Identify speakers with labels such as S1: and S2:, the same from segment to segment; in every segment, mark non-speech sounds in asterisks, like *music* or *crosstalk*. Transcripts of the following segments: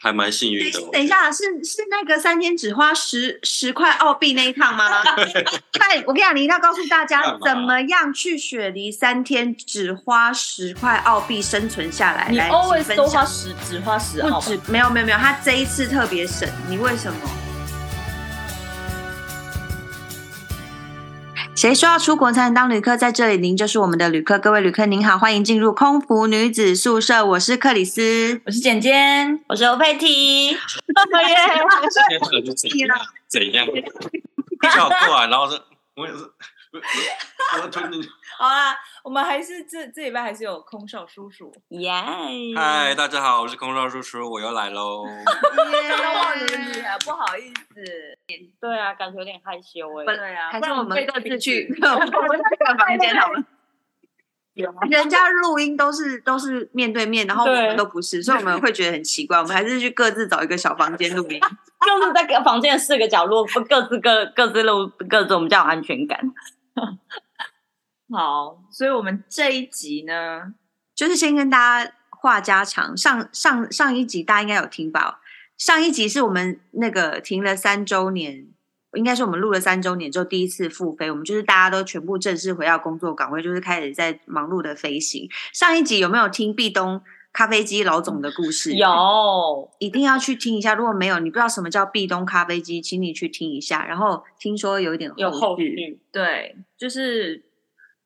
S1: 还蛮幸运的。
S2: 等一下，是是那个三天只花十十块澳币那一趟
S1: *laughs*
S2: 吗？那我跟你讲，你一定要告诉大
S1: 干
S2: 家
S1: 嘛
S2: 怎么样去雪梨三天只花十块澳币生存下来。
S3: 你
S2: 来
S3: always
S2: 请
S3: 都
S2: 分享
S3: 花十，只花十
S2: 不
S3: 澳
S2: 止
S3: 吧。，
S2: 没有没有没有，他这一次特别省，你为什么？谁说要出国才能当旅客？在这里，您就是我们的旅客。各位旅客，您好，欢迎进入空服女子宿舍，我是克里
S3: *laughs*
S2: 斯。
S3: 我是简简，
S4: 我是欧佩提，
S2: *laughs*
S1: 今天这个是怎样？ *laughs* 怎样？跳过来，啊然后说，我也是，我我我吞进
S2: *laughs*
S1: 去。
S3: 好啦，我们还是这这礼拜还是有空少叔叔，
S4: 耶！
S1: 嗨，大家好，我是空少叔叔，我又来喽。
S3: 要忘了你啊，不好意思。
S4: 对啊，感觉有点害羞哎、
S3: 对啊，
S2: 还
S3: 不
S2: 是
S3: 然
S2: 我们
S3: 被
S2: 各自去
S4: *laughs*
S3: 停止
S2: 各个房间讨论。
S4: 有
S2: 人家录音都是都是面对面，然后我们
S4: 对
S2: 都不是，所以我们会觉得很奇怪。我们还是去各自找一个小房间录 *laughs* 音。
S4: 就是在各房间的四个角落，不各自各各自录各自，我们叫安全感。
S3: *laughs* 好，所以我们这一集呢，
S2: *laughs* 就是先跟大家话家常，上上上一集大家应该有听吧？上一集是我们那个停了三周年，应该是我们录了三周年之后第一次复飞，我们就是大家都全部正式回到工作岗位，就是开始在忙碌的飞行。上一集有没有听壁咚咖啡机老总的故事？
S4: 有，
S2: 一定要去听一下。如果没有，你不知道什么叫壁咚咖啡机，请你去听一下。然后听说有一点
S4: 有后
S2: 续，
S4: 续，
S3: 对，就是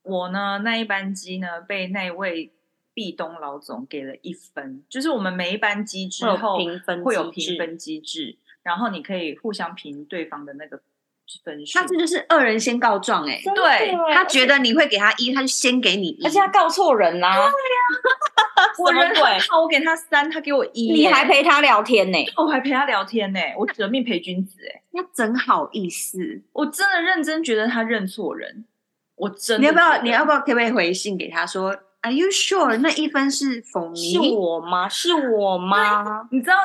S3: 我呢那一班机呢被那位壁咚老总给了一分，就是我们每一班机之
S4: 会有
S3: 后
S4: 评分
S3: 会
S4: 机
S3: 有评
S4: 制
S3: 分机制，然后你可以互相评对方的那个分数
S2: 那。这就是恶人先告状哎、
S4: 真的
S3: 对
S4: 耶
S2: 他觉得你会给他一，他就先给你一，
S4: 而且他告错人啦、 *laughs*
S3: 我
S4: 什么
S3: 人很
S4: 鬼
S3: 好，我给他三， *laughs* 他给我一
S4: 你
S3: 耶，
S4: 还陪他聊天呢、
S3: 我还陪他聊天呢，我舍命陪君子哎，
S2: 那真好意思。
S3: 我真的认真觉得他认错人，我真的
S2: 你要不
S3: 觉
S2: 要？
S3: 得
S2: 你要不要？可不可以回信给他说？Are you sure？那一分是否
S4: 是
S2: 你？
S4: 我吗？是我吗？
S3: 你知道，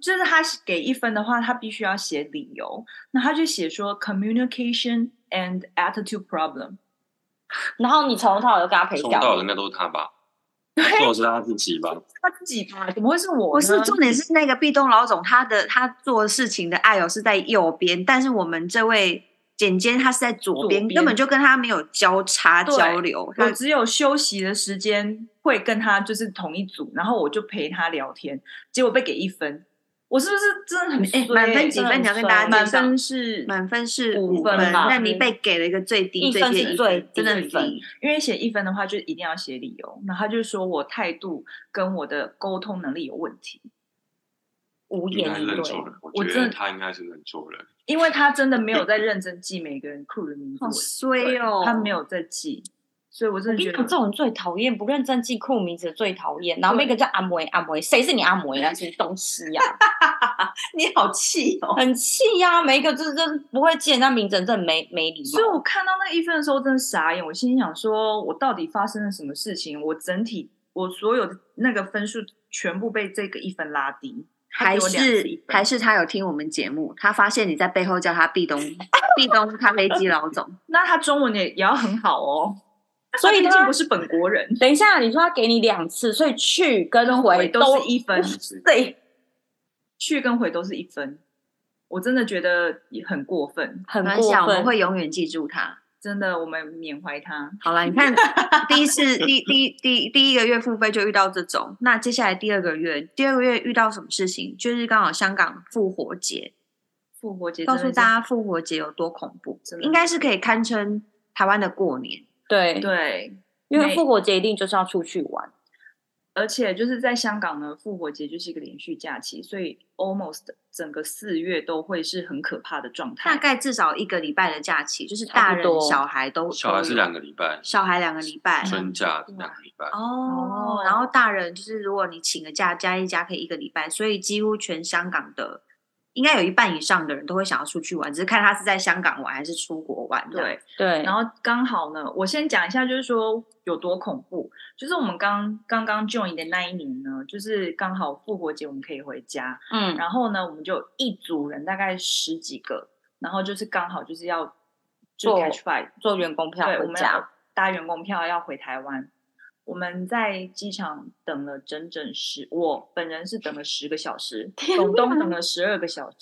S3: 就是他给一分的话，他必须要写理由，那他就写说 communication and attitude problem。
S4: 然后你从头到尾都跟他陪
S1: 冲
S4: 聊
S1: 到的，应该都是他吧？错是他自己吧？
S3: 他自己吧，怎么会是我
S2: 不
S3: 呢？
S2: 是，重点是那个壁咚老总，他的他做事情的爱哦是在右边，但是我们这位简监他是在左
S3: 左
S2: 边，
S3: 边
S2: 根本就跟他没有交叉
S3: 对
S2: 交流。他
S3: 我只有休息的时间会跟他就是同一组，然后我就陪他聊天，结果被给一分，我是不是真的很衰、
S2: 哎满分几
S3: 真
S2: 分？
S3: 的很
S2: 你要跟
S4: 衰
S2: 大家
S3: 满
S2: 介绍。
S3: 分是
S2: 满分是
S3: 五
S2: 分，
S3: 分嗯
S4: 吧
S2: 那你被给了一个最低
S4: 一
S2: 最
S4: 分
S2: 低
S4: 是
S2: 的一
S4: 最
S2: 分真的很
S4: 低分
S2: 低。
S3: 因为写一分的话，就一定要写理由，然后他就说我态度跟我的沟通能力有问题，
S4: 无
S1: 应该
S4: 言以
S1: 认
S4: 对。
S1: 错人，我
S3: 我
S1: 觉
S3: 真
S1: 得
S3: 的
S1: 他应该是认错人。
S3: 因为他真的没有在认真记每个人 crew 的名字，
S2: 好
S3: 我
S2: 衰
S3: 对
S2: 哦！
S3: 他没有在记，所以我
S4: 我
S3: 真
S4: 跟你
S3: 的觉
S4: 讲，
S3: 得
S4: 这种最讨厌，不认真记酷名字最讨厌。然后
S3: 对
S4: 那个叫阿摩耶阿摩耶，谁是你阿摩耶那些东西呀、
S2: *laughs* 你好气哦！
S4: 很气呀、每一个就是真不会记人家名字，真的没没礼
S3: 所以
S2: 嗯
S4: 貌。
S3: 我看到那一份的时候，真的傻眼。我心想说，我到底发生了什么事情？我整体我所有的那个分数全部被这个一分拉低，他
S2: 还
S3: 给我两次一
S2: 是
S3: 分
S2: 还是他有听我们节目，他发现你在背后叫他壁咚壁咚咖啡机老总，
S3: 那他中文也也要很好
S2: *laughs*
S3: 哦。
S4: 所以
S3: 他毕
S4: 他
S3: 竟不是本国人，
S4: 等一下，你说他给你两次，所以去跟回
S3: 都是一分，
S4: 对，
S3: 去跟回都是一分。我真的觉得也 *laughs* 很过分，
S4: 很
S2: 没关系啊，
S4: 过
S2: 我们
S4: 分。
S2: 会永远记住他。
S3: 真的，我们缅怀他。
S2: 好了，你
S3: *laughs*
S2: 看第一次第第第第一个月付费就遇到这种，那接下来第二个月，第二个月遇到什么事情？就是刚好香港复活节，
S3: 复活节
S2: 告
S3: 真
S2: 诉
S3: 的是
S2: 大家复活节有多恐怖
S3: 真，的
S2: 应该是可以堪称台湾的过年。
S4: 对，
S3: 对，
S4: 因为
S3: 每
S4: 复活节一定就是要出去玩，
S3: 而且就是在香港呢，复活节就是一个连续假期，所以 almost 整个四月都会是很可怕的状
S2: 大
S3: 态。
S2: 概至少一个礼拜的假期，就是
S4: 差
S2: 大
S4: 不
S2: 人
S4: 多
S2: 小孩
S1: *laughs*
S2: 都
S1: 小孩是
S2: 都有
S1: 两个礼拜，
S2: 小孩两个礼拜，
S1: 春假两个礼拜。
S2: 哦，然后大人就是如果你请个假加一加可以一个礼拜，所以几乎全香港的应该有一半以上的人都会想要出去玩，只是看他是在香港玩还是出国玩。
S3: 对，，
S4: 对，
S3: 然后刚好呢，我先讲一下，就是说有多恐怖。就是我们刚刚刚 join 的那一年呢，就是刚好复活节我们可以回家，
S4: 嗯，
S3: 然后呢，我们就一组人大概十几个，然后就是刚好就是要就
S4: 做
S3: catch flight，
S4: 做员工票
S3: 对，我
S4: 回
S3: 们
S4: 家
S3: 要，搭员工票要回台湾。我们在机场等了整整十，我本人是等了十个小时，
S4: *laughs* 天
S3: 董东
S4: 哪
S3: 等了十二个小时，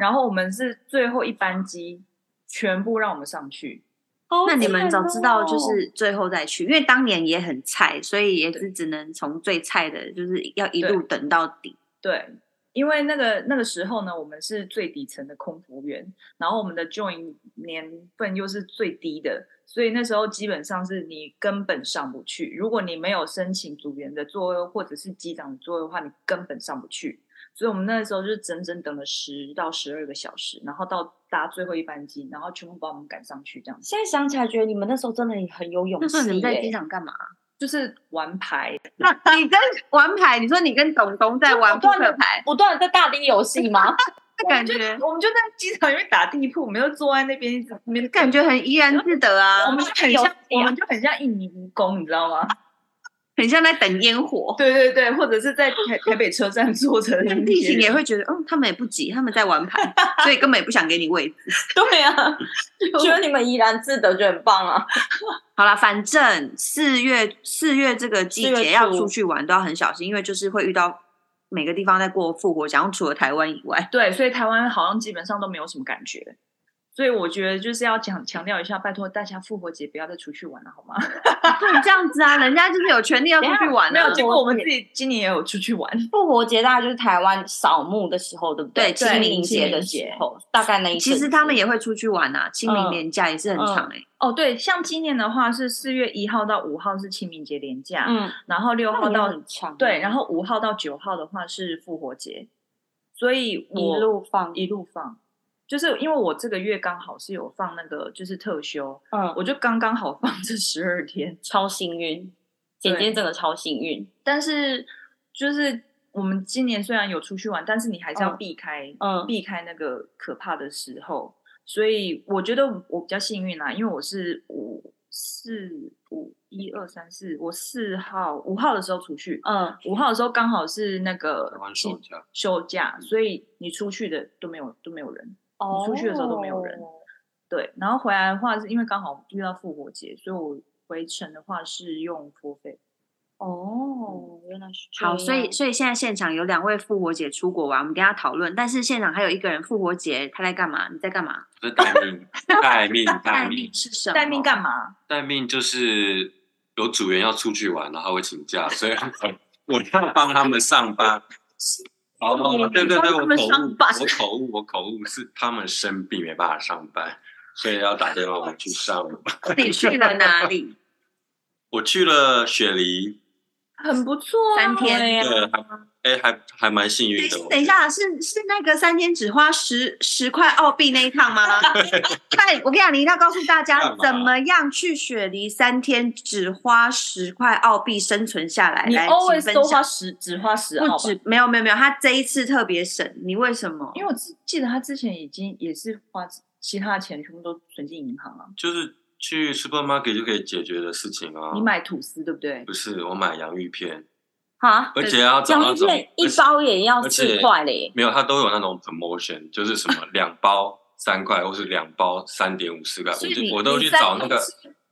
S3: 然后我们是最后一班机，全部让我们上去。
S4: 好
S2: 那你
S4: 感
S2: 们早知
S4: 动
S2: 道
S4: 哦
S2: 就是最后再去，因为当年也很菜，所以也是只能从最菜的，就是要一路等到底。
S3: 对，因为那个那个时候呢，我们是最底层的空服员，然后我们的 join 年份又是最低的，所以那时候基本上是你根本上不去。如果你没有申请组员的座位或者是机长的座位的话，你根本上不去。所以我们那时候就是整整等了十到十二个小时，然后到搭最后一班机，然后全部把我们赶上去，这样子
S4: 现在想起来，觉得你们那时候真的很有勇气耶。
S2: 那时候你们在机场干嘛？
S3: 就是玩牌。
S2: 那 *laughs* 你跟玩牌，你说你跟董东在玩扑克牌，
S4: 不断的在大厅游
S2: *laughs*
S4: 戏吗？
S2: 那感觉
S3: 我们就在机场因为打地铺，我们就坐在那边一直那边
S2: 感觉很怡然自得
S3: 我
S2: 啊，
S3: 们就很
S4: 游，
S3: 像
S4: 戏啊
S3: 我们就很像印尼蜈蚣，你知道吗？
S2: 很像在等烟火。
S3: 对对对，或者是在台台北车站坐着
S2: 那
S3: 那
S2: 地
S3: 些
S2: 形也
S3: 人
S2: 会觉得，嗯，他们也不急，他们在玩
S3: *laughs*
S2: 牌，所以根本也不想给你位置。
S4: 对啊，觉得你们怡然自得，觉得很棒啊。
S2: 好啦，反正四月四月这个季
S4: 4
S2: 节
S4: 月初
S2: 要出去玩都要很小心，因为就是会遇到每个地方在过复活节，然后除了台湾以
S3: *laughs*
S2: 外，
S3: 对，所以台湾好像基本上都没有什么感觉。所以我觉得就是要讲强调一下，拜托大家复活节不要再出去玩了，好吗？
S2: 不能这样子啊，人家就是有权利要出去玩
S3: 没
S2: 啊
S3: 有，结果我们自己今年也有出去玩，
S4: 复活节大概就是台湾扫墓的时候，对不
S2: 对清
S4: 清
S2: 明
S4: 明
S2: 节
S4: 节的时候，大概那一
S2: 其实
S4: 阵
S2: 他
S4: 子
S2: 们也会出去玩啊，清明年假也是很长哎、
S3: 哦，对，像今年的话是四月一号到五号是清明节连假，
S4: 嗯，
S3: 然后六
S4: 那
S3: 号
S4: 你们
S3: 到
S4: 很长
S3: 对，然后五号到九号的话是复活节，所以
S4: 一
S3: 我
S4: 路放，
S3: 一路放，就是因为我这个月刚好是有放那个就是特休，
S4: 嗯，
S3: 我就刚刚好放这十二天，
S4: 超幸运，姐姐
S3: 对
S4: 真的超幸运，
S3: 但是就是我们今年虽然有出去玩，但是你还是要
S4: 嗯
S3: 避开，
S4: 嗯
S3: 避开那个可怕的时候。所以我觉得我比较幸运啦，因为我是五四五一二三四，我四号五号的时候出去，
S4: 嗯，
S3: 五号的时候刚好是那个
S1: 台湾休假
S3: 休假，所以你出去的都没有都没有人。
S4: 哦
S3: 出去的时候都没有人对，然后回来的话是因为刚好遇到复活节，所以我回程的话是用付费。
S4: 哦，原来是这
S2: 好，所以
S4: 样
S2: 所以现在现场有两位复活节出国玩，我们等一下讨论。但是现场还有一个人复活节他在干嘛？你在干嘛？
S1: 不是待 *laughs* 命，待命，待命
S2: 命，是什么？
S4: *laughs*
S3: 待命干嘛？
S1: 待命就是有组员要出去玩，然后会请假，所以我要帮他们上班。哦，对对对，我
S2: 帮他们
S1: 口
S2: 上
S1: 误，
S2: 班
S1: 我口误，我口误是他们生病没办法上班，所以要打电话我去上 *laughs* 班。
S2: 你去了哪里？
S1: 我去了雪梨，
S3: 很不错啊，
S2: 三天
S4: 对呀
S1: 对，还哎还还蛮幸运的。
S2: 等等一，下，是是那个三天只花十十块澳币那一趟吗？ *laughs* 那我跟你讲，你一定要告诉大家
S1: 干嘛
S2: 怎么样去雪梨三天只花十块澳币生存下来。
S3: 你
S2: 来
S3: always
S2: 请
S3: 都
S2: 分享
S3: 花十，只花十澳
S2: 不
S3: 吧？
S2: 止，没有没有没有，他这一次特别省，你为什么？
S3: 因为我记记得他之前已经也是花其他的钱全部都存进银行啊。
S1: 就是去 supermarket 就可以解决的事情啊。
S3: 你买吐司对不对？
S1: 不是我买洋芋片，
S4: 啊，
S1: 而且要找
S4: 洋
S1: 那
S4: 芋
S1: 种
S4: 片一
S1: 而且
S4: 包也要
S1: 而
S4: 四
S1: 且
S4: 块嘞，
S1: 没有，它都有那种 promotion，就是什
S3: *laughs*
S1: 么两包三块，或是两包三点五四块，我
S3: 所以你
S1: 就我都
S3: 你
S1: 去
S3: 三
S1: 找那
S3: 餐
S1: 个，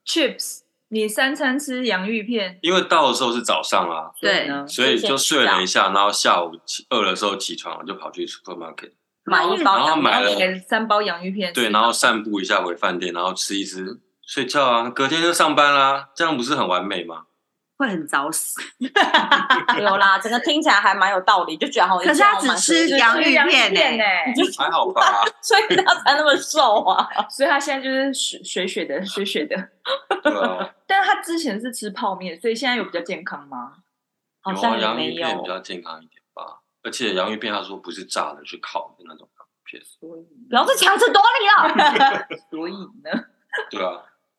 S3: 吃 chips，你三餐吃洋芋片，
S1: 因为到的时候是早上啊，
S3: 所以
S2: 对
S3: 呢，
S1: 所以
S4: 先
S1: 就
S4: 洗
S1: 睡
S4: 澡
S1: 了一下，然后下午起饿的时候起床，我就跑去 supermarket，
S4: 买一包
S1: 然后
S4: 洋芋
S1: 买了
S4: 片
S3: 买三包洋芋片，
S1: 对，然后散步一下回饭店，然后吃一吃，睡觉啊，隔天就上班啦，这样不是很完美吗？
S2: 会很早死。
S4: 有啦，整个听起来还蛮有道理，就觉得好。
S2: 可是他只吃
S3: 吃
S2: 洋芋片
S3: 片欸
S2: 呢
S3: 呢，
S1: 还好吧，
S4: 所以 *laughs* 他才那么瘦啊！
S3: *laughs* 所以他现在就是水水水的水水的。 *laughs*
S1: 对啊，
S3: 但是他之前是吃泡面，所以现在有比较健康吗？
S4: 好
S1: 有
S4: 像
S1: 啊，
S4: 也
S1: 洋
S4: 没
S1: 芋
S4: 有
S1: 片比较健康一点吧，而且洋芋片他说不是炸的，是烤的那种洋芋片，
S3: 所以
S4: 不要再强词夺理了。
S3: 所以呢，
S1: 对啊，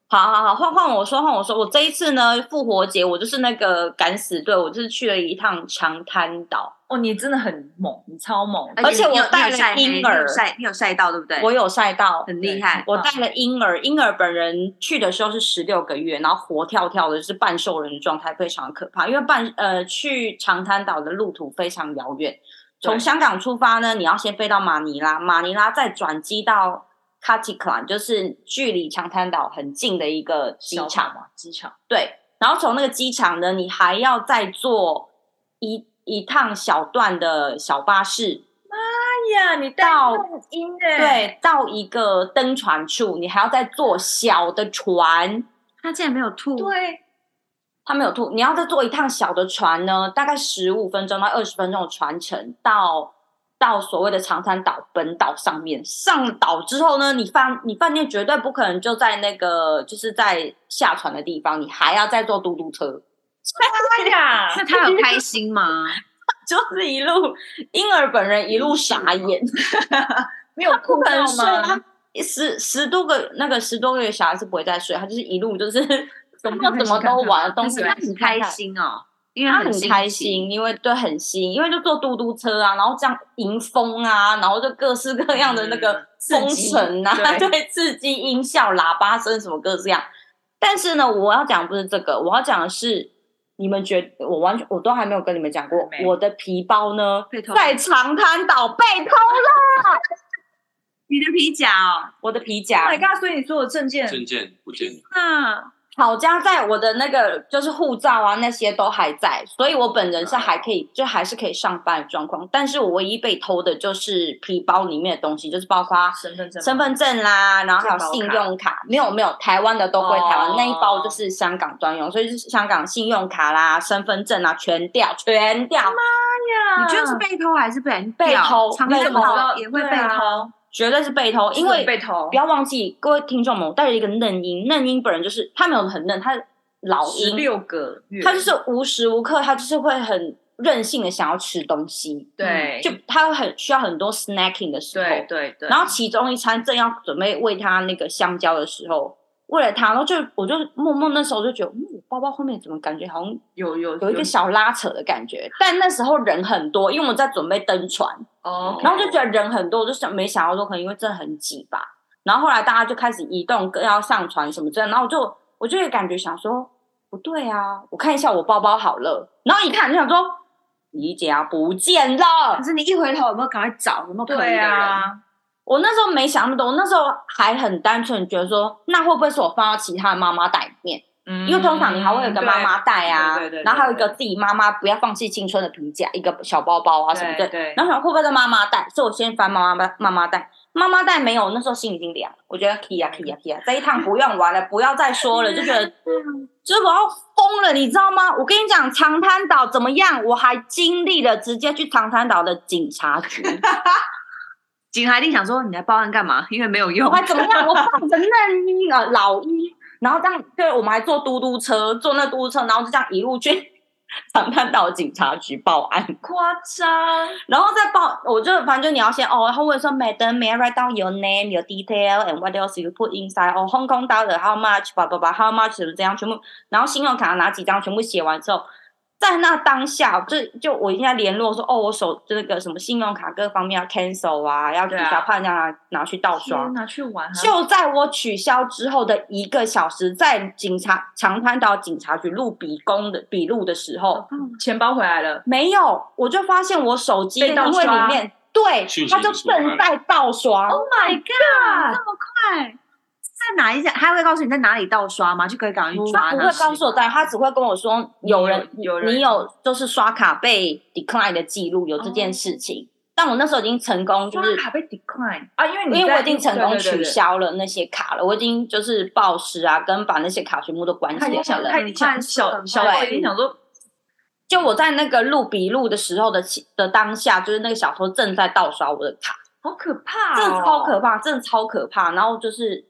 S4: 好好好，换换我说，换我说，我这一次呢，复活节我就是那个敢死队，我就是去了一趟长滩岛，
S3: 哦，你真的很猛，你超猛，
S4: 而且
S2: 你有
S4: 我带了
S2: 你有晒黑
S4: 婴儿
S2: 你有晒你有晒到对不对？
S4: 我有晒到，
S2: 很厉害，
S3: 嗯
S4: 我带了婴儿，婴儿本人去的时候是十六个月，然后活跳跳的，就是半兽人的状态，非常可怕。因为半呃去长滩岛的路途非常遥远，从香港出发呢，你要先飞到马尼拉，马尼拉再转机到卡 a t i k a 就是距离长滩岛很近的一个机
S3: 小
S4: 场。
S3: 嘛，机场
S4: 对，然后从那个机场呢，你还要再坐一一趟小段的小巴士，
S3: 呀，你带
S4: 到
S3: 录音的，，
S4: 对，到一个登船处，你还要再坐小的船。
S2: 他竟然没有吐，
S3: 对，
S4: 他没有吐，你要再坐一趟小的船呢，大概十五分钟到二十分钟的船程到到所谓的长滩岛本岛上面。上岛之后呢，你饭你饭店绝对不可能就在那个就是在下船的地方，你还要再坐嘟嘟车，
S3: 哎呀，
S4: *laughs*
S2: 那他有开心吗？
S4: 就是一路婴儿本人一路傻 *laughs* 眼，
S3: 没有
S4: 不
S3: 哭
S4: 可能
S3: 到
S4: 睡啊
S3: 吗？。
S4: 十十多个那个十多个月小孩是不会再睡，他就是一路就是什么
S3: 看看
S4: 什么
S3: 看
S4: 都
S3: 看
S4: 玩，东
S2: 但
S4: 西
S2: 是
S4: 来
S2: 他
S4: 吃
S2: 很
S4: 看
S2: 开
S4: 看
S2: 心哦，因为
S4: 他
S2: 很
S4: 很
S2: 新
S4: 开
S2: 奇，
S4: 心，因为对很新，因为就坐嘟嘟车啊，然后这样迎风啊，然后就各式各样的那个
S3: 嗯刺
S4: 风
S3: 激
S4: 尘啊，*laughs*
S3: 对
S4: 对，刺激音效、喇叭声什么各式样。但是呢，我要讲不是这个，我要讲的是，你们觉我完全我都还没有跟你们讲过，
S3: 没
S4: 我的皮包呢
S2: 被偷了
S4: 在长滩岛被偷了，
S2: *laughs* 你的皮夹哦，
S4: 我的皮
S3: Oh
S4: 夹
S3: my god！所以你说我证件
S1: 证件不见了，
S2: 啊，
S4: 好家在我的那个就是护照啊那些都还在，所以我本人是还可以，就还是可以上班的状况。但是我唯一被偷的就是皮包里面的东西，就是包括
S3: 身份证吗，
S4: 身份证啦，然后还有信
S3: 健
S4: 用卡。没有没有，台湾的都归台湾，
S3: 哦
S4: 那一包就是香港专用，所以就是香港信用卡啦、身份证啊全掉，全掉，
S2: 你觉得是
S3: 被
S2: 被偷还是被人
S4: 啊被
S2: 掉
S4: 偷
S2: 常
S4: 被
S2: 常
S4: 偷啊
S2: 到也会被偷，
S3: 偷，
S4: 绝对是被偷，因
S3: 因为
S4: 为
S3: 被偷
S4: 不，要忘记各位听众们，我带着一个嫩音，嫩音本人就是他没有很嫩，他是老
S3: 十
S4: 鹰。
S3: 六个月，
S4: 他就是无时无刻，他就是会很任性的想要吃东西，嗯
S3: 对
S4: 就他很需要很多 snacking 的时候，
S3: 对对对，
S4: 然后其中一餐正要准备喂他那个香蕉的时候，喂了他，然后就我就默默那时候就觉得，嗯，我包包后面怎么感觉好像
S3: 有有
S4: 有一个小拉扯的感觉，但那时候人很多，因为我在准备登船，
S3: 哦，
S4: 然后就觉得人很多，我就想没想到说可能因为真的很挤吧。然后后来大家就开始移动，各要上船什么之类的，然后我就我就有感觉想说不对啊，我看一下我包包好了。然后一看就想说皮夹不见了
S2: 可。是你一回头有没有赶快找有没有可疑
S3: 对
S2: 的人？
S3: 啊，
S4: 我那时候没想那么多，我那时候还很单纯，觉得说那会不会是我放到其他的妈妈袋里面？
S3: 嗯
S4: 因为通常你还会有一个妈妈袋啊，
S3: 对对对对
S4: 然后还有一个自己妈妈不要放弃青春的皮夹，一个小包包啊什么
S3: 对
S4: 的。
S3: 对，
S4: 然后想会不会在妈妈带，所以我先翻妈妈妈妈带，妈妈带没有，那时候心已经凉了，我觉得可以啊可以啊可以啊，这一趟不用玩了，不要再说了，就觉得就是我要疯了，你知道吗？我跟你讲，长滩岛怎么样？我还经历了直接去长滩岛的警察局，
S2: 警察一定想说你来报案干嘛？因为没有用 *laughs*
S4: 我，还哦怎么
S3: *laughs*
S4: 样？我抱着嫩衣啊老衣，然后这样，对我们还坐嘟嘟车，坐那嘟嘟车，然后就这样一路去长滩岛警察局报案。
S3: 夸张，
S4: 然后再报，我就反正就你要先哦，然后问说 Madam may I write down your name, your detail, and what else you put inside? 哦，Hong Kong dollar how much? 叭叭叭，how much 怎么这样全部，然后信用卡拿几张全部写完之后，在那当下就就我应该联络说哦，我手那个什么信用卡各方面要 cancel 啊，要取
S3: 对啊
S4: 消，怕人家拿拿去盗刷。
S3: 天哪，去玩啊，
S4: 就在我取消之后的一个小时，在警察长滩岛警察局录笔公的笔录的时候，
S3: 钱包回来了，
S4: 没有，我就发现我手机
S3: 被
S4: 因
S3: 盗
S4: 为
S3: 刷哦
S4: 里面，对
S1: 讯，息
S4: 它就
S1: 不出来
S4: 正在盗刷。
S2: Oh my god！这么快，在哪一家？他会告诉你在哪里盗刷吗？就可以赶快去抓
S4: 他不会
S2: 是
S4: 告诉我在，他只会跟我说有人
S3: 你哦有有人
S4: 你有就是刷卡被 decline 的记录，有这件事情。但我那时候已经成功，就
S3: 哦刷
S4: 是
S3: 卡被 decline 啊，因为你
S4: 因为
S3: 在
S4: 我已经成功
S3: 对对对
S4: 取
S3: 对
S4: 消了那些卡了，我已经就是报失啊，跟把那些卡全部都关
S3: 他已经
S4: 起来
S3: 想，
S4: 了
S3: 他。已经想小小
S4: 对
S3: 我已经想说，
S4: 就我在那个录笔录的时候的其的当下，就是那个小偷正在盗刷我的卡。
S3: 好可怕、哦，
S4: 真的超可怕，真的超可怕。然后就是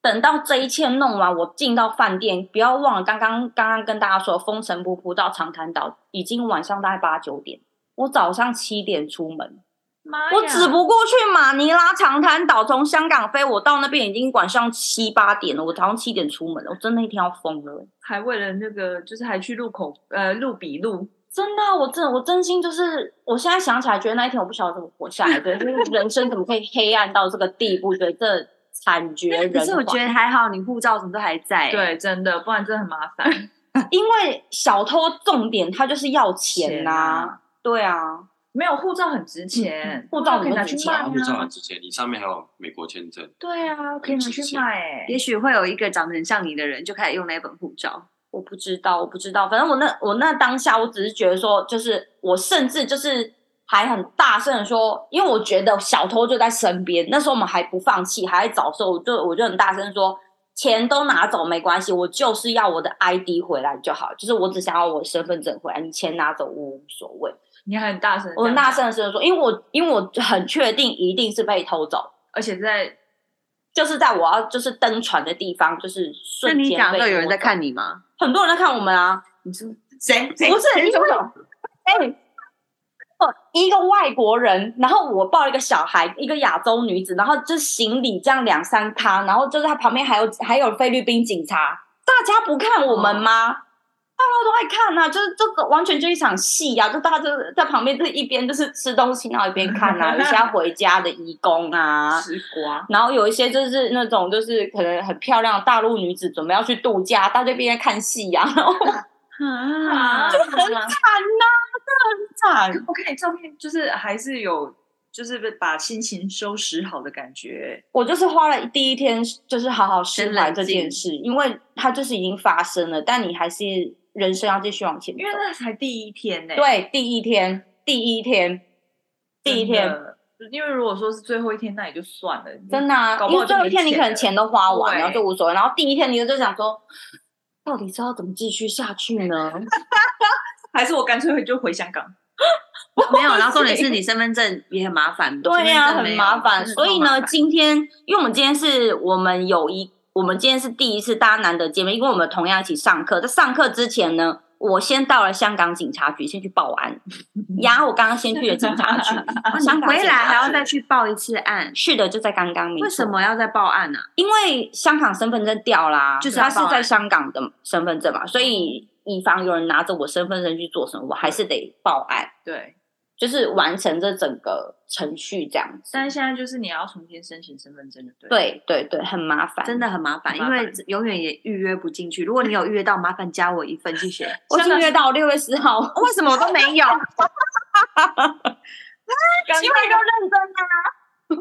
S4: 等到这一切弄完，我进到饭店，不要忘了刚刚刚刚跟大家说，风尘仆仆到长滩岛，已经晚上大概八九点。我早上七点出门，
S3: 妈哎呀，
S4: 我只不过去马尼拉长滩岛，从香港飞，我到那边已经晚上七八点了。我早上七点出门了，我真的那天要疯了、欸
S3: 还为了那个，就是还去录口呃录笔录，
S4: 真的啊、我真我真心就是，我现在想起来，觉得那一天我不晓得怎么活下来的，就是人生怎么可以黑暗到这个地步，觉得这惨绝人寰。
S2: 可是我觉得还好，你护照什么都还在。，
S3: 对，真的，不然真的很麻烦。
S4: 因为小偷重点他就是要钱
S3: 钱
S4: 呐、
S3: 啊
S4: 对啊，
S3: 没有护照很值钱，
S4: 嗯护照
S3: 可以
S4: 很
S3: 拿
S4: 值
S3: 去
S4: 钱
S3: 卖
S1: 然后护照
S3: 啊
S1: 很，值钱，你上面还有美国签证，
S3: 对啊，可以拿去卖、欸
S2: 也。许会有一个长得很像你的人就开始用那本护照。
S4: 我不知道，我不知道。反正我那我那当下，我只是觉得说，就是我甚至就是还很大声的说，因为我觉得小偷就在身边。那时候我们还不放弃，还在找的时候，我就我就很大声说，钱都拿走没关系，我就是要我的 ID 回来就好，就是我只想要我的身份证回来，你钱拿走我无所谓。
S3: 你还很大声，
S4: 我很大，声的说，因为我因为我很确定一定是被偷走，
S3: 而且在
S4: 就是在我要就是登船的地方，就是
S2: 那
S4: 瞬
S2: 你
S4: 间
S2: 讲
S4: 被
S2: 到有人
S4: 偷
S2: 在
S4: 走，
S2: 看你吗？
S4: 很多人在看我们啊。
S3: 你是
S2: 谁？不
S4: 不是因为，哎、哦一个外国人，然后我抱一个小孩，一个亚洲女子，然后就是行李这样两三咖，然后就是他旁边还有还有菲律宾警察，大家不看我
S2: 嗯
S4: 们吗？大家都爱看呐、啊，就是这个完全就一场戏呀、啊，就大家就是在旁边，就是一边就是吃东西，然后一边
S2: *laughs*
S4: 看啊，有些要回家的义工啊，
S3: 吃瓜，
S4: 然后有一些就是那种就是可能很漂亮的大陆女子准备要去度假，大家就一边在看戏呀、 *laughs* 然后
S2: 啊，
S3: 就
S4: 很惨呐、真的很惨。
S3: 我看你照片，就是还是有，就是把心情收拾好的感觉。
S4: 我就是花了第一天，就是好好释
S2: 真
S4: 怀
S2: 冷
S4: 这
S2: 静
S4: 件事，因为它就是已经发生了，但你还是人生要继续往前走
S3: 因为。那才第一天呢、，
S4: 对，第一天，第一天，第一天，，
S3: 因为如果说是最后一天，那也就算了。
S4: 真的、啊
S3: 搞，不
S4: 因
S3: 好
S4: 为最后一天
S3: 就没
S4: 你
S3: 钱
S4: 可能
S3: 了
S4: 钱都花完，
S3: 对
S4: 然后就无所谓。然后第一天你就想说，到底是要怎么继续下去呢？
S3: 还是我干脆就回香港。
S2: 没有。然后重点是你身份证也很麻烦，
S4: 对呀、
S2: 身份证
S4: 很
S2: 没有
S4: 麻烦。
S2: 真的
S4: 所以
S2: 超麻
S4: 呢，
S2: 烦
S4: 今天因为我们今天是我们有一，我们今天是第一次大家难得见面，因为我们同样一起上课。在上课之前呢，我先到了香港警察局，先去报 *laughs* 案。呀，我刚刚先去了警察 *laughs* 局，
S2: 哦
S4: 香
S2: 你
S4: 港
S2: 回
S4: 警
S2: 来
S4: 察
S2: 还要
S4: 局
S2: 再去报一次案，
S4: 去的就在刚刚。没
S2: 为
S4: 错
S2: 什？么要再报案呢、啊？
S4: 因为香港身份证掉啦，
S2: 就是要
S4: 他是哦
S2: 报案
S4: 在香港的身份证嘛，所以以防有人拿着我身份证去做什么，我还是得报案，
S3: 对，
S4: 就是完成这整个程序这样子。
S3: 但是现在就是你要重新申请身份证就对。，
S4: 对对对，很麻烦，
S2: 真的很麻烦，
S3: 很
S2: 因
S3: 麻烦
S2: 为永远也预约不进去。如果你有预约到，麻烦加我一份，谢谢。
S4: 我已经约到六月四号，
S2: 哦
S4: 为什么我都没有？
S3: 刚
S4: 因为都认真啊，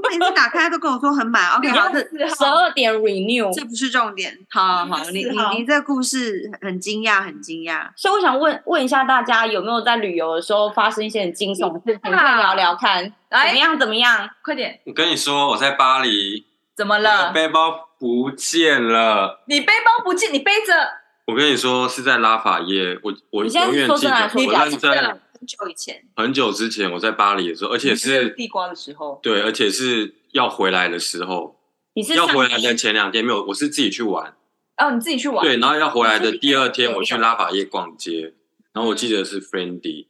S2: 每次打开都跟我说很满，OK，好，
S4: *laughs*
S2: 这
S3: 刚
S4: 十二点 renew。
S2: 这不是重点。好好，你
S3: 是
S2: 你
S3: 好
S2: 你这故事很惊讶，很惊讶。
S4: 所以我想问问一下大家，有没有在旅游的时候发生一些很惊悚的事情？可
S2: 哎
S4: 以聊聊看，怎么
S3: 来，
S4: 样？怎么样？
S3: 快点，
S1: 我跟你说，我在巴黎，
S3: 怎么
S1: 我的
S3: 了？
S1: 背包不见了。
S3: 你背包不见，你背着，
S1: 我跟你说，是在拉法耶，我我
S4: 你现在
S1: 永
S4: 是
S1: 远
S4: 说
S1: 记
S4: 真的还
S1: 得，
S4: 是
S1: 我
S4: 假
S1: 认
S3: 的
S1: 真
S2: 很久以前，
S1: 很久之前我在巴黎的时候，而且是
S3: 地瓜的时候，
S1: 对，而且是要回来的时候，
S4: 你是
S1: 要
S4: 上
S1: 回来的前两天没有，我是自己去玩，
S3: 哦，你自己去玩。
S1: 对，然后要回来的
S4: 你是
S1: 第二天
S4: 有
S1: 我去
S4: 有
S1: 拉法耶逛街，然后我记得是 Fendi，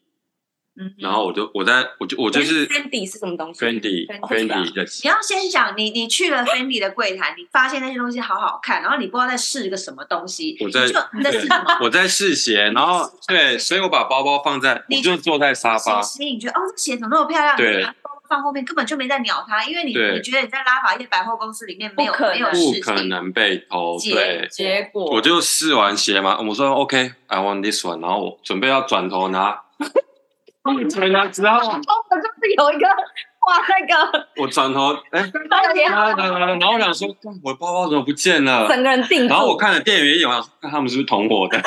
S3: 嗯，
S1: 然后我就我在我就我就是
S4: Fendi 是什么东西
S1: Fendi
S4: Fendi 哦啊
S1: Fendi 的
S2: 你要先讲你你去了 Fendi 的柜台，你发现那些东西好好看，然后你不知道在试个什么东西，
S1: 我
S2: 你
S1: 在
S2: 就你在试什 *laughs* 么？
S1: 我在试鞋，然
S2: *laughs*
S1: 后对，所以我把包包放在，我
S2: 你
S1: 就坐在沙发
S2: 鞋，吸引，你觉得哦这鞋怎么那么漂亮？
S1: 对
S2: 你把包包放后面根本就没在鸟它，因为你
S1: 对
S2: 你觉得你在拉法叶百货公司里面没有
S3: 不可能
S2: 没有
S1: 不
S2: 事
S1: 可
S2: 情，
S1: 能被偷。
S2: 姐
S1: 对，
S3: 结果
S1: 我就试完鞋嘛，我说 OK，I、want this one，然后我准备要转头
S2: *laughs*
S1: 拿，转头之后
S4: 哦，我就是有一个哇，那
S2: *laughs*
S4: 个
S1: 我转头，哎、
S4: 那也
S1: 然后我想说，干我的包包怎么不见了？
S4: 整个人定住
S1: 然后我看了店员一眼，我想说看他们是不是同伙
S2: *laughs*
S1: 的，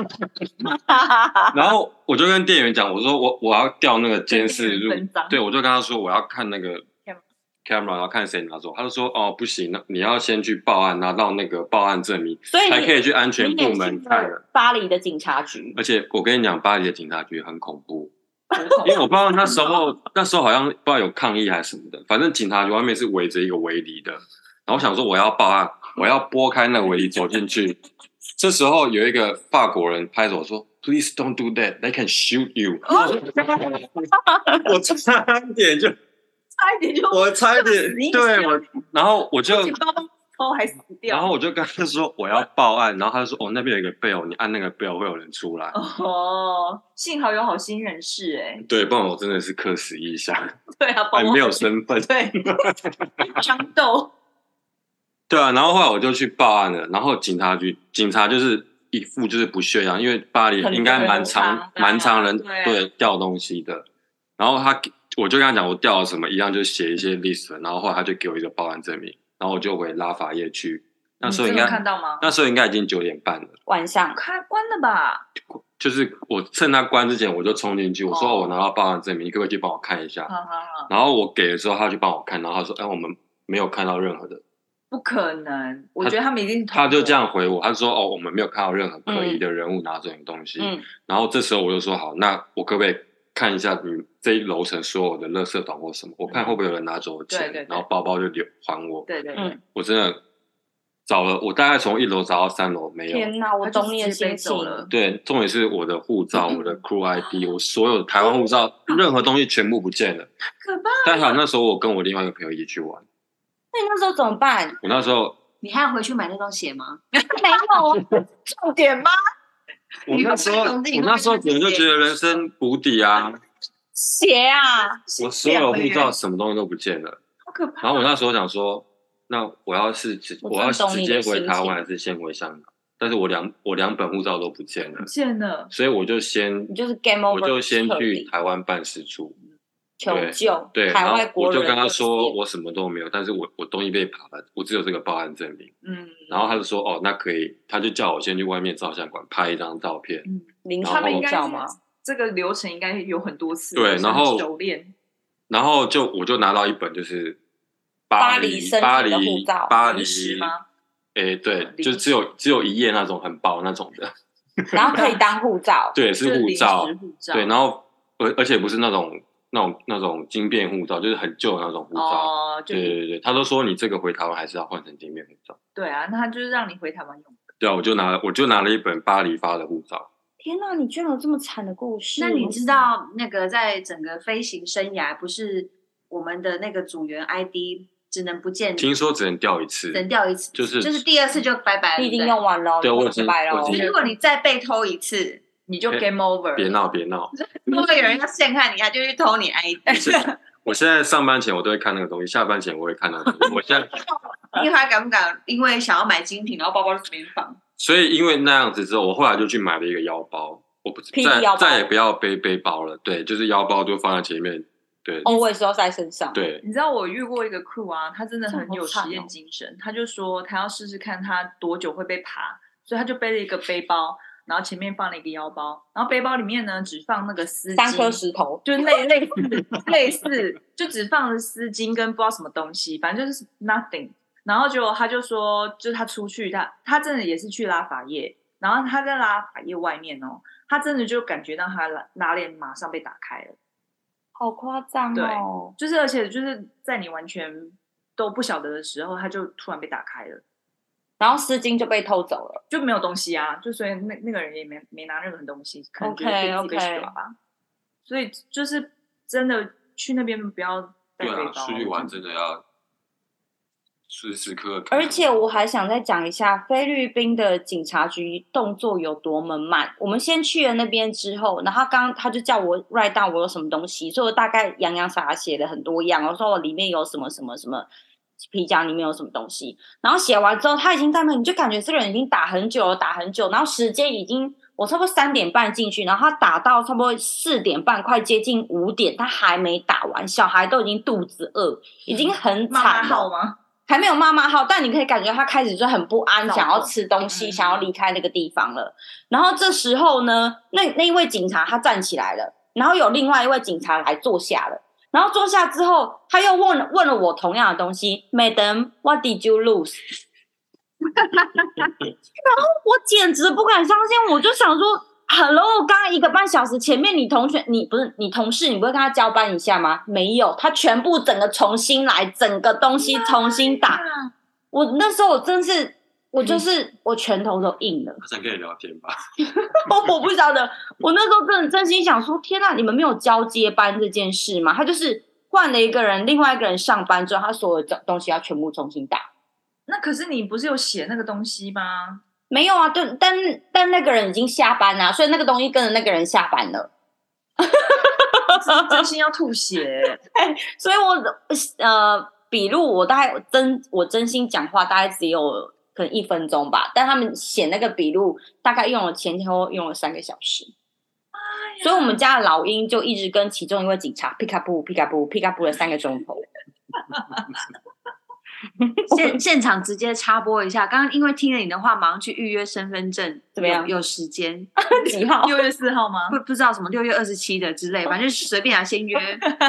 S1: *laughs* 然后我就跟店员讲，我说我我要调那个监视
S2: *laughs*
S1: 录，
S3: 分赃
S1: 对，我就跟他说我要看那个
S3: Camera
S1: camera，然后看谁拿走。他就说哦不行，那你要先去报案，拿到那个报案证明，
S4: 所以
S1: 才可
S4: 你
S1: 以去安全
S4: 你也
S1: 部
S4: 去
S1: 门
S4: 了
S1: 看了。
S4: 巴黎的警察局，
S1: 而且我跟你讲，巴黎的警察局很恐怖，
S3: 很恐怖
S1: 因为我不知道那时
S4: 哦
S1: 候那时候好像不知道有抗议还是什么的，反正警察局外面是围着一个围篱的。然后我想说我要报案，我要拨开那个围篱走进去。这时候有一个法国人拍着我说：“Please don't do that, they can shoot you。”我差点就
S3: 差一点就
S1: *laughs* 我差一
S3: 就
S1: 点
S3: 死一个
S1: 对我，然后我就
S3: 不仅包包偷还死
S1: 然
S3: 掉。
S1: 后我就跟他说我要报案，然后他就说哦那边有一个 bell，你按那个 bell 会有人出来。
S3: 哦，幸好有好心人士哎、
S1: *laughs* 对，不然我真的是客死异乡，
S3: 对啊，包
S1: *laughs* 还
S3: 包
S1: 哎没有身份。 *laughs*
S3: 对，张豆
S1: 对啊，然后后来我就去报案了，然后警察局警察就是一副就是不屑啊样，因为巴黎
S4: 很
S1: 应该
S4: 多
S1: 蛮
S4: 人
S1: 常
S3: 查的啊
S1: 蛮常人
S3: 对啊
S1: 对掉东西的，然后他我就跟他讲我掉了什么，一样就写一些 list，然后后来他就给我一个报案证明，然后我就回拉法叶去那时候
S3: 你
S1: 应
S3: 真的有
S1: 该
S3: 看到吗？
S1: 那时候应该已经九点半了，
S4: 晚
S1: 嗯
S4: 上
S3: 开关了吧？
S1: 就是我趁他关之前我就冲进去，我说
S3: 哦嗯
S1: 哦我拿到报案证明，你可不可以去帮我看一下？
S3: 好好好，
S1: 然后我给的时候，他去帮我看，然后他说：“哎，我们没有看到任何的。
S3: 不可能，我
S1: 他
S3: 觉得他们一定”
S1: 他就这
S3: 样，
S1: 样回我，他说：“哦，我们没有看到任何可
S3: 嗯
S1: 疑的人物拿走你东西。
S4: 嗯
S1: 然后这时候我就说：“好，那我可不可以看一下你这一楼层所有的垃圾桶或什么？我看会不会有人拿走我钱，
S3: 嗯对对对
S1: 然后包包就留还我。
S3: 对对对
S4: 嗯，”
S1: 我真的找了，我大概从一楼找到三楼没有。
S4: 天哪，我
S3: 他就
S4: 懂你的
S3: 直接
S4: 心
S3: 飞
S4: 情
S3: 走了。
S1: 对，重点是我的护照、我的 crew ID、我所有的台湾护照，任何东西全部不见了。
S3: 可怕！
S1: 但好，那时候我跟我另外一个朋友一起去玩，
S4: 那你那时候怎么办？
S3: *laughs*
S1: 我那时候
S2: 你还要回去买那双鞋吗？
S4: 没有啊，重点吗？
S1: 我那时候，
S2: 你
S1: 我那
S2: 要不要用这个
S1: 时候可能就觉得人生谷底啊，
S4: 鞋啊，
S1: 我所有护照什么东西都不见了。
S3: 好可怕！
S1: 然后我那时候想说，那我要是直，
S4: 我
S1: 我要
S4: 真懂
S1: 直
S4: 你
S1: 接
S4: 的
S1: 回
S4: 心
S1: 台
S4: 情
S1: 湾，还是先回香港？但是我两我两本护照都不见了
S3: 不，见了，
S1: 所以我就先
S4: 你就是 game
S1: 我
S4: over，
S1: 就先
S4: 彻
S1: 去
S4: 底
S1: 台湾办事处，
S4: 求救，
S1: 对，
S4: 海
S1: 然
S4: 外
S1: 后我
S4: 国
S1: 就
S4: 人
S1: 跟他
S4: 的
S1: 说
S4: 鞋
S1: 我什么都没有，但是我我东西被扒了，我只有这个报案证明。
S3: 嗯，
S1: 然后他就说哦，那可以，他就叫我先去外面照相馆拍一张照片。
S4: 零
S1: 然
S4: 号
S1: 后
S3: 他们应该
S4: 照
S3: *laughs*
S4: 吗？
S3: 这个流程应该有很多次，
S1: 对
S3: 就是
S1: 然后
S3: 熟练，
S1: 然后就我就拿到一本就是
S4: 巴黎
S1: 黎
S4: 申请的
S1: 巴黎
S4: 护照
S1: 巴黎
S3: 临时吗？
S1: 诶，对，
S3: 临
S1: 就
S3: 时
S1: 只有只有一页那种很薄那种的，
S4: 然后可以当护照，
S1: 对，是护照
S3: 就是，临时护照，
S1: 对，然后而而且不是那种那种那种金变护照，就是很旧的那种护照，
S3: 哦，就
S1: 对对对对，他都说你这个回台湾还是要换成金变护照，
S3: 对啊，那他就是让你回台湾用。
S1: 对啊，我就拿了我就拿了一本巴黎发的护照，
S4: 天哪，你居然有这么惨的故事？
S2: 那你知道那个在整个飞行生涯，不是我们的那个组员 ID 只能不见，
S1: 听
S2: 只
S1: 说只能掉一次，
S2: 能掉一次，
S1: 就是
S2: 就是第二次就拜拜了，
S4: 你已
S2: 对
S4: 经
S2: 不对
S4: 用完了，
S1: 对
S4: 你
S1: 我已
S4: 失
S1: 经
S4: 败了
S1: 我已
S4: 哦
S1: 经。
S2: 如果你再被偷一次，
S3: 你就
S1: 哎
S3: game over，
S1: 别闹别
S4: *laughs*
S1: 闹，
S2: 如果有人要陷害你，他就去偷你 *laughs* ID，
S1: 是我现在上班前我都会看那个东西，下班前我会看那个东西，我
S4: *laughs*
S1: 现在
S2: 你还敢不敢？因为想要买精品，然后包包随便放，
S1: 所以因为那样子之后，我后来就去买了一个腰包，我不
S4: 披
S1: 再
S4: 腰包
S1: 再也不要背背包了，对，就是腰包就放在前面，对、
S4: always 都在身上。
S1: 对，
S3: 你知道我遇过一个 crew 啊，他真的很有实
S4: 这么惨
S3: 验
S4: 哦
S3: 精神，他就说他要试试看他多久会被爬，所以他就背了一个背包，然后前面放了一个腰包，然后背包里面呢只放那个丝巾，
S4: 三颗石头，
S3: 就类类似类似，就只放了丝巾跟不知道什么东西，反正就是 nothing。然后结果他就说，就是他出去，他他真的也是去拉法叶，然后他在拉法叶外面哦，他真的就感觉到他拉拉链马上被打开了，
S4: 好夸张哦！
S3: 就是而且就是在你完全都不晓得的时候，他就突然被打开了，
S4: 然后丝巾就被偷走了。
S3: 就没有东西啊，就所以那那个人也没没拿任何东西，可能觉得
S4: OK，
S3: 被自己被
S4: OK
S3: 耍吧。所以就是真的去那边不要带
S1: 对
S3: 背包
S1: 啊，，出去玩真的要时时刻刻。
S4: 而且我还想再讲一下菲律宾的警察局动作有多么慢。我们先去了那边之后，然后他刚他就叫我 write down 我有什么东西，所以我大概洋洋洒洒写了很多样，我说我里面有什么什么什么。皮夹里面有什么东西？然后写完之后，他已经在那，你就感觉这个人已经打很久了，打很久，然后时间已经我差不多三点半进去，然后他打到差不多四点半，快接近五点，他还没打完，小孩都已经肚子饿，已经很
S3: 妈妈
S4: 惨了
S3: 号。吗？
S4: 还没有妈妈号，但你可以感觉他开始就很不安，
S3: 躁动
S4: 想要吃东西，
S3: 嗯
S4: 想要离开那个地方了。然后这时候呢，那那一位警察他站起来了，然后有另外一位警察来坐下了。然后坐下之后，他又问问了我同样的东西，Madam，What did you lose？然后我简直不敢相信，我就想说，Hello，刚刚一个半小时前面你同学，你不是你同事，你不会跟他交班一下吗？没有，他全部整个重新来，整个东西重新打。我那时候我真是，我就是我拳头都硬了，
S1: 想跟你聊天吧，
S4: *laughs* 哦我不晓得，我那时候真的真心想说，天呐，你们没有交接班这件事吗？他就是换了一个人，另外一个人上班之后，他所有的东西要全部重新打。
S3: 那可是你不是有写那个东西吗？ *laughs*
S4: 没有啊，对，但但那个人已经下班啊啦、所以那个东西跟着那个人下班了。
S3: 真心要吐血，
S4: 所以我呃，笔录我大概真我真心讲话大概只有可能一分钟吧，但他们写那个笔录大概用了前前后后用了三个小时。所以我们家的老鹰就一直跟其中一位警察 pick up pick up pick up 了三个钟头。
S2: *laughs* 现现场直接插播一下，刚刚因为听了你的话，马上去预约身份证，
S4: 怎么样
S2: 有有时 *laughs* 间，
S4: 几号？
S3: 六月四号吗？哦
S2: 不不知道什么六月二十七的之类，反正随便啊，先约。
S3: *laughs*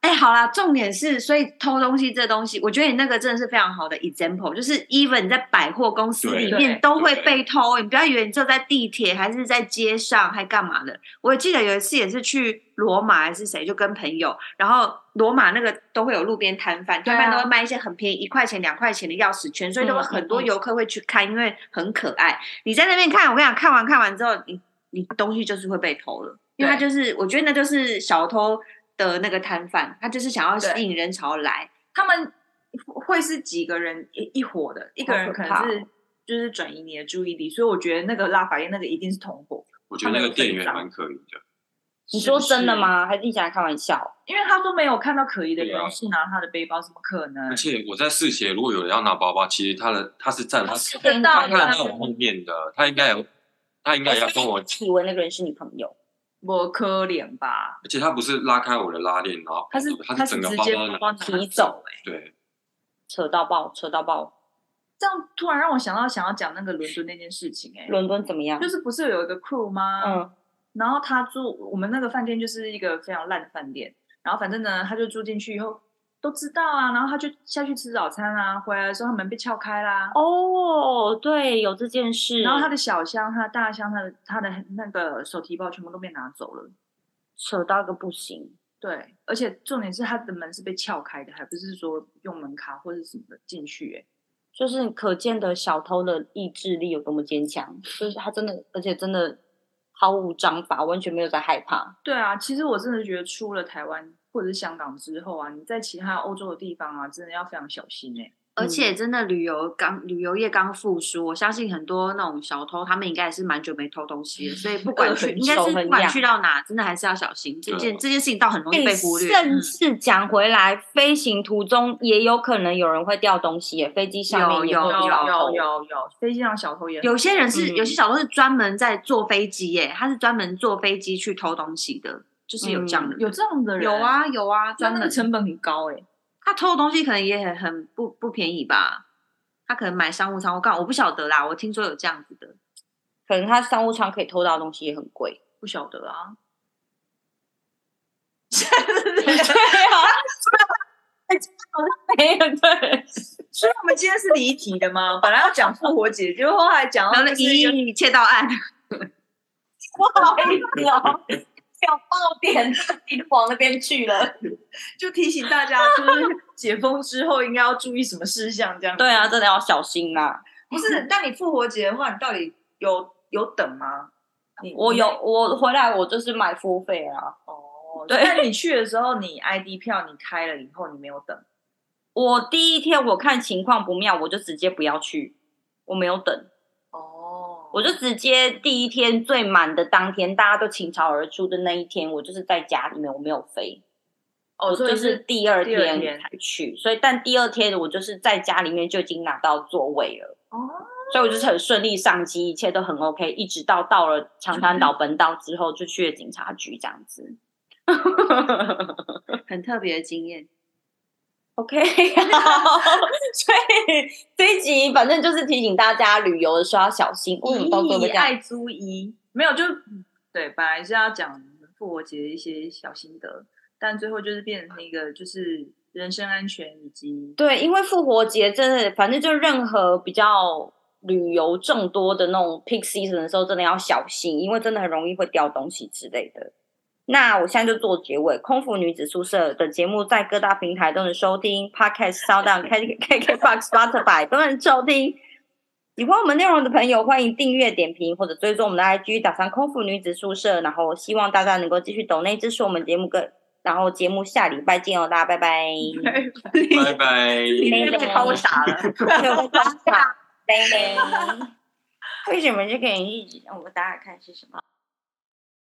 S2: 哎、好啦，重点是，所以偷东西这东西，我觉得你那个真的是非常好的 example，就是 even 你在百货公司
S1: 对
S2: 里面
S3: 对
S2: 都会
S1: 对
S2: 被偷，你不要以为你只有在地铁还是在街上还干嘛的。我记得有一次也是去罗马还是谁，就跟朋友，然后罗马那个都会有路边摊贩，
S3: 对
S2: 摊
S3: 啊
S2: 贩都会卖一些很便宜一块钱、两块钱的钥匙圈，所以都会
S4: 嗯
S2: 很多
S4: 嗯嗯
S2: 游客会去看，因为很可爱。你在那边看，我跟你讲，看完看完之后，你你东西就是会被偷了，因为他
S3: 对
S2: 就是，我觉得那就是小偷的那个摊贩，他就是想要吸引人潮来，
S3: 他们会是几个人一一伙的，一个人可
S4: 好
S3: 能
S4: 可哦
S3: 是就是转移你的注意力，所以我觉得那个拉法耶那个一定是同伙，
S1: 我觉得那个店员蛮可疑的。
S4: *laughs* 你说真的
S3: 是？
S4: 吗？还是你想来开玩笑？
S3: 因为他说没有看到可疑的
S1: 对啊
S3: 人是拿他的背包，怎么可能
S1: 而？且我在试鞋，如果有人要拿包包，其实他的他是站他
S4: 得
S1: 他
S4: 到
S1: 看得
S4: 的
S1: 到我后面的，他应该有他应该也要跟我，
S4: 以为那个人是你朋友，
S3: 我可怜吧？
S1: 而且他不是拉开我的拉链，然后
S3: 他是
S1: 他
S3: 是
S1: 整个
S3: 直
S1: 包
S3: 接
S1: 包拿
S3: 包拿
S4: 提走
S3: 哎、
S1: 对，
S4: 扯到爆，扯到爆。
S3: 这样突然让我想到想要讲那个伦敦那件事情哎、
S4: 伦敦怎么样
S3: 就？是不是有一个 crew 吗？
S4: 嗯，
S3: 然后他住我们那个饭店就是一个非常烂的饭店，然后反正呢，他就住进去以后都知道啊，然后他就下去吃早餐啊，回来的时候他门被撬开啦，
S4: 哦，对，有这件事。
S3: 然后他的小箱、他的大箱、他的他的那个手提包全部都被拿走了。
S4: 扯到一个不行，
S3: 对，而且重点是他的门是被撬开的，还不是说用门卡或者什么的进去、欸。
S4: 就是可见的小偷的意志力有多么坚强，就是他真的，而且真的毫无章法，完全没有在害怕。
S3: 对啊，其实我真的觉得出了台湾或者是香港之后啊，你在其他欧洲的地方啊，真的要非常小心哎、
S2: 而且真的旅游刚旅游业刚复苏，我相信很多那种小偷他们应该也是蛮久没偷东西了，所以不管去
S4: 很
S2: 应该
S4: 熟
S2: 是
S4: 很
S2: 不管
S4: 痒
S2: 去到哪，真的还是要小心这件
S1: 对
S2: 这件事情，倒很容易
S4: 哎
S2: 被忽略。
S4: 甚
S2: 嗯
S4: 至讲回来，飞行途中也有可能有人会掉东西耶，飞机上面也
S2: 有
S4: 会
S2: 有
S4: 小偷
S3: 有有有，飞机上小偷也很
S2: 有些人是、
S4: 嗯
S2: 有些小偷是专门在坐飞机耶，他是专门坐飞机去偷东西的，就是嗯有这样的人、
S3: 嗯有这样的人
S2: 有，啊有啊，
S3: 那
S2: 专
S3: 那
S2: 门
S3: 个成本很高哎、
S2: 他偷的东西可能也很很不不便宜吧？他可能买商务舱，我告我不晓得啦，我听说有这样子的。
S4: 可能他商务舱可以偷到的东西也很贵。
S3: 不晓得 *laughs* 啊。啊
S4: 没有对，
S3: 所以我们今天是离题的吗？本来要讲复活节，结果后来讲
S2: 然
S3: 到
S2: 后呢，
S3: 就是一个
S2: 咦，窃盗案，
S4: 不好意思哦，小爆点已往那边去了。
S3: *laughs* 就提醒大家，就是解封之后应该要注意什么事项，这样子
S4: 对啊，，真的要小心啊啦。
S3: 不是？但你复活节的话，你到底有有等吗？你
S4: 我
S3: 你
S4: 有我回来，我就是买付费啊。
S3: 哦，
S4: 对
S3: 但你去的时候，你 ID 票你开了以后，你没有等，
S4: 我第一天我看情况不妙，我就直接不要去，我没有等，
S3: 哦
S4: 我就直接第一天最满的当天，大家都倾巢而出的那一天，我就是在家里面，我没有飞，
S3: 哦，
S4: 我
S3: 所
S4: 就
S3: 以
S4: 是第二
S3: 第二
S4: 天
S3: 天
S4: 才去，所以但第二天我就是在家里面就已经拿到座位了。
S3: 哦，
S4: 所以我就是很顺利上机，一切都很 OK，一直到到了长滩岛本岛之后，就去了警察局这样子。
S2: 很特别的经验。
S4: OK，好， *laughs* 所以这一集反正就是提醒大家旅游的时候要小心。为什么到最后
S3: 咦
S4: 这样？
S3: 爱租衣没有，就对，本来是要讲复活节的一些小心得，但最后就是变成一个就是人身安全以及
S4: 对，因为复活节真的，反正就任何比较旅游众多的那种 peak season 的时候，真的要小心，因为真的很容易会掉东西之类的。那我现在就做结尾，空服女子宿舍的节目在各大平台都能收听，Podcast、Sound、K K K Box、Spotify 都能收听。喜欢我们内容的朋友，欢迎订阅、点评或者追踪我们的 IG，打上空服女子宿舍。然后希望大家能够继续抖内支持我们节目个，然后节目下礼拜见哦，大家拜拜。
S1: 拜拜。
S2: 被
S4: 没有
S1: 哦
S2: 偷傻了。
S4: 有个方法，叮铃。为什么这个人一直？我大家看是什么？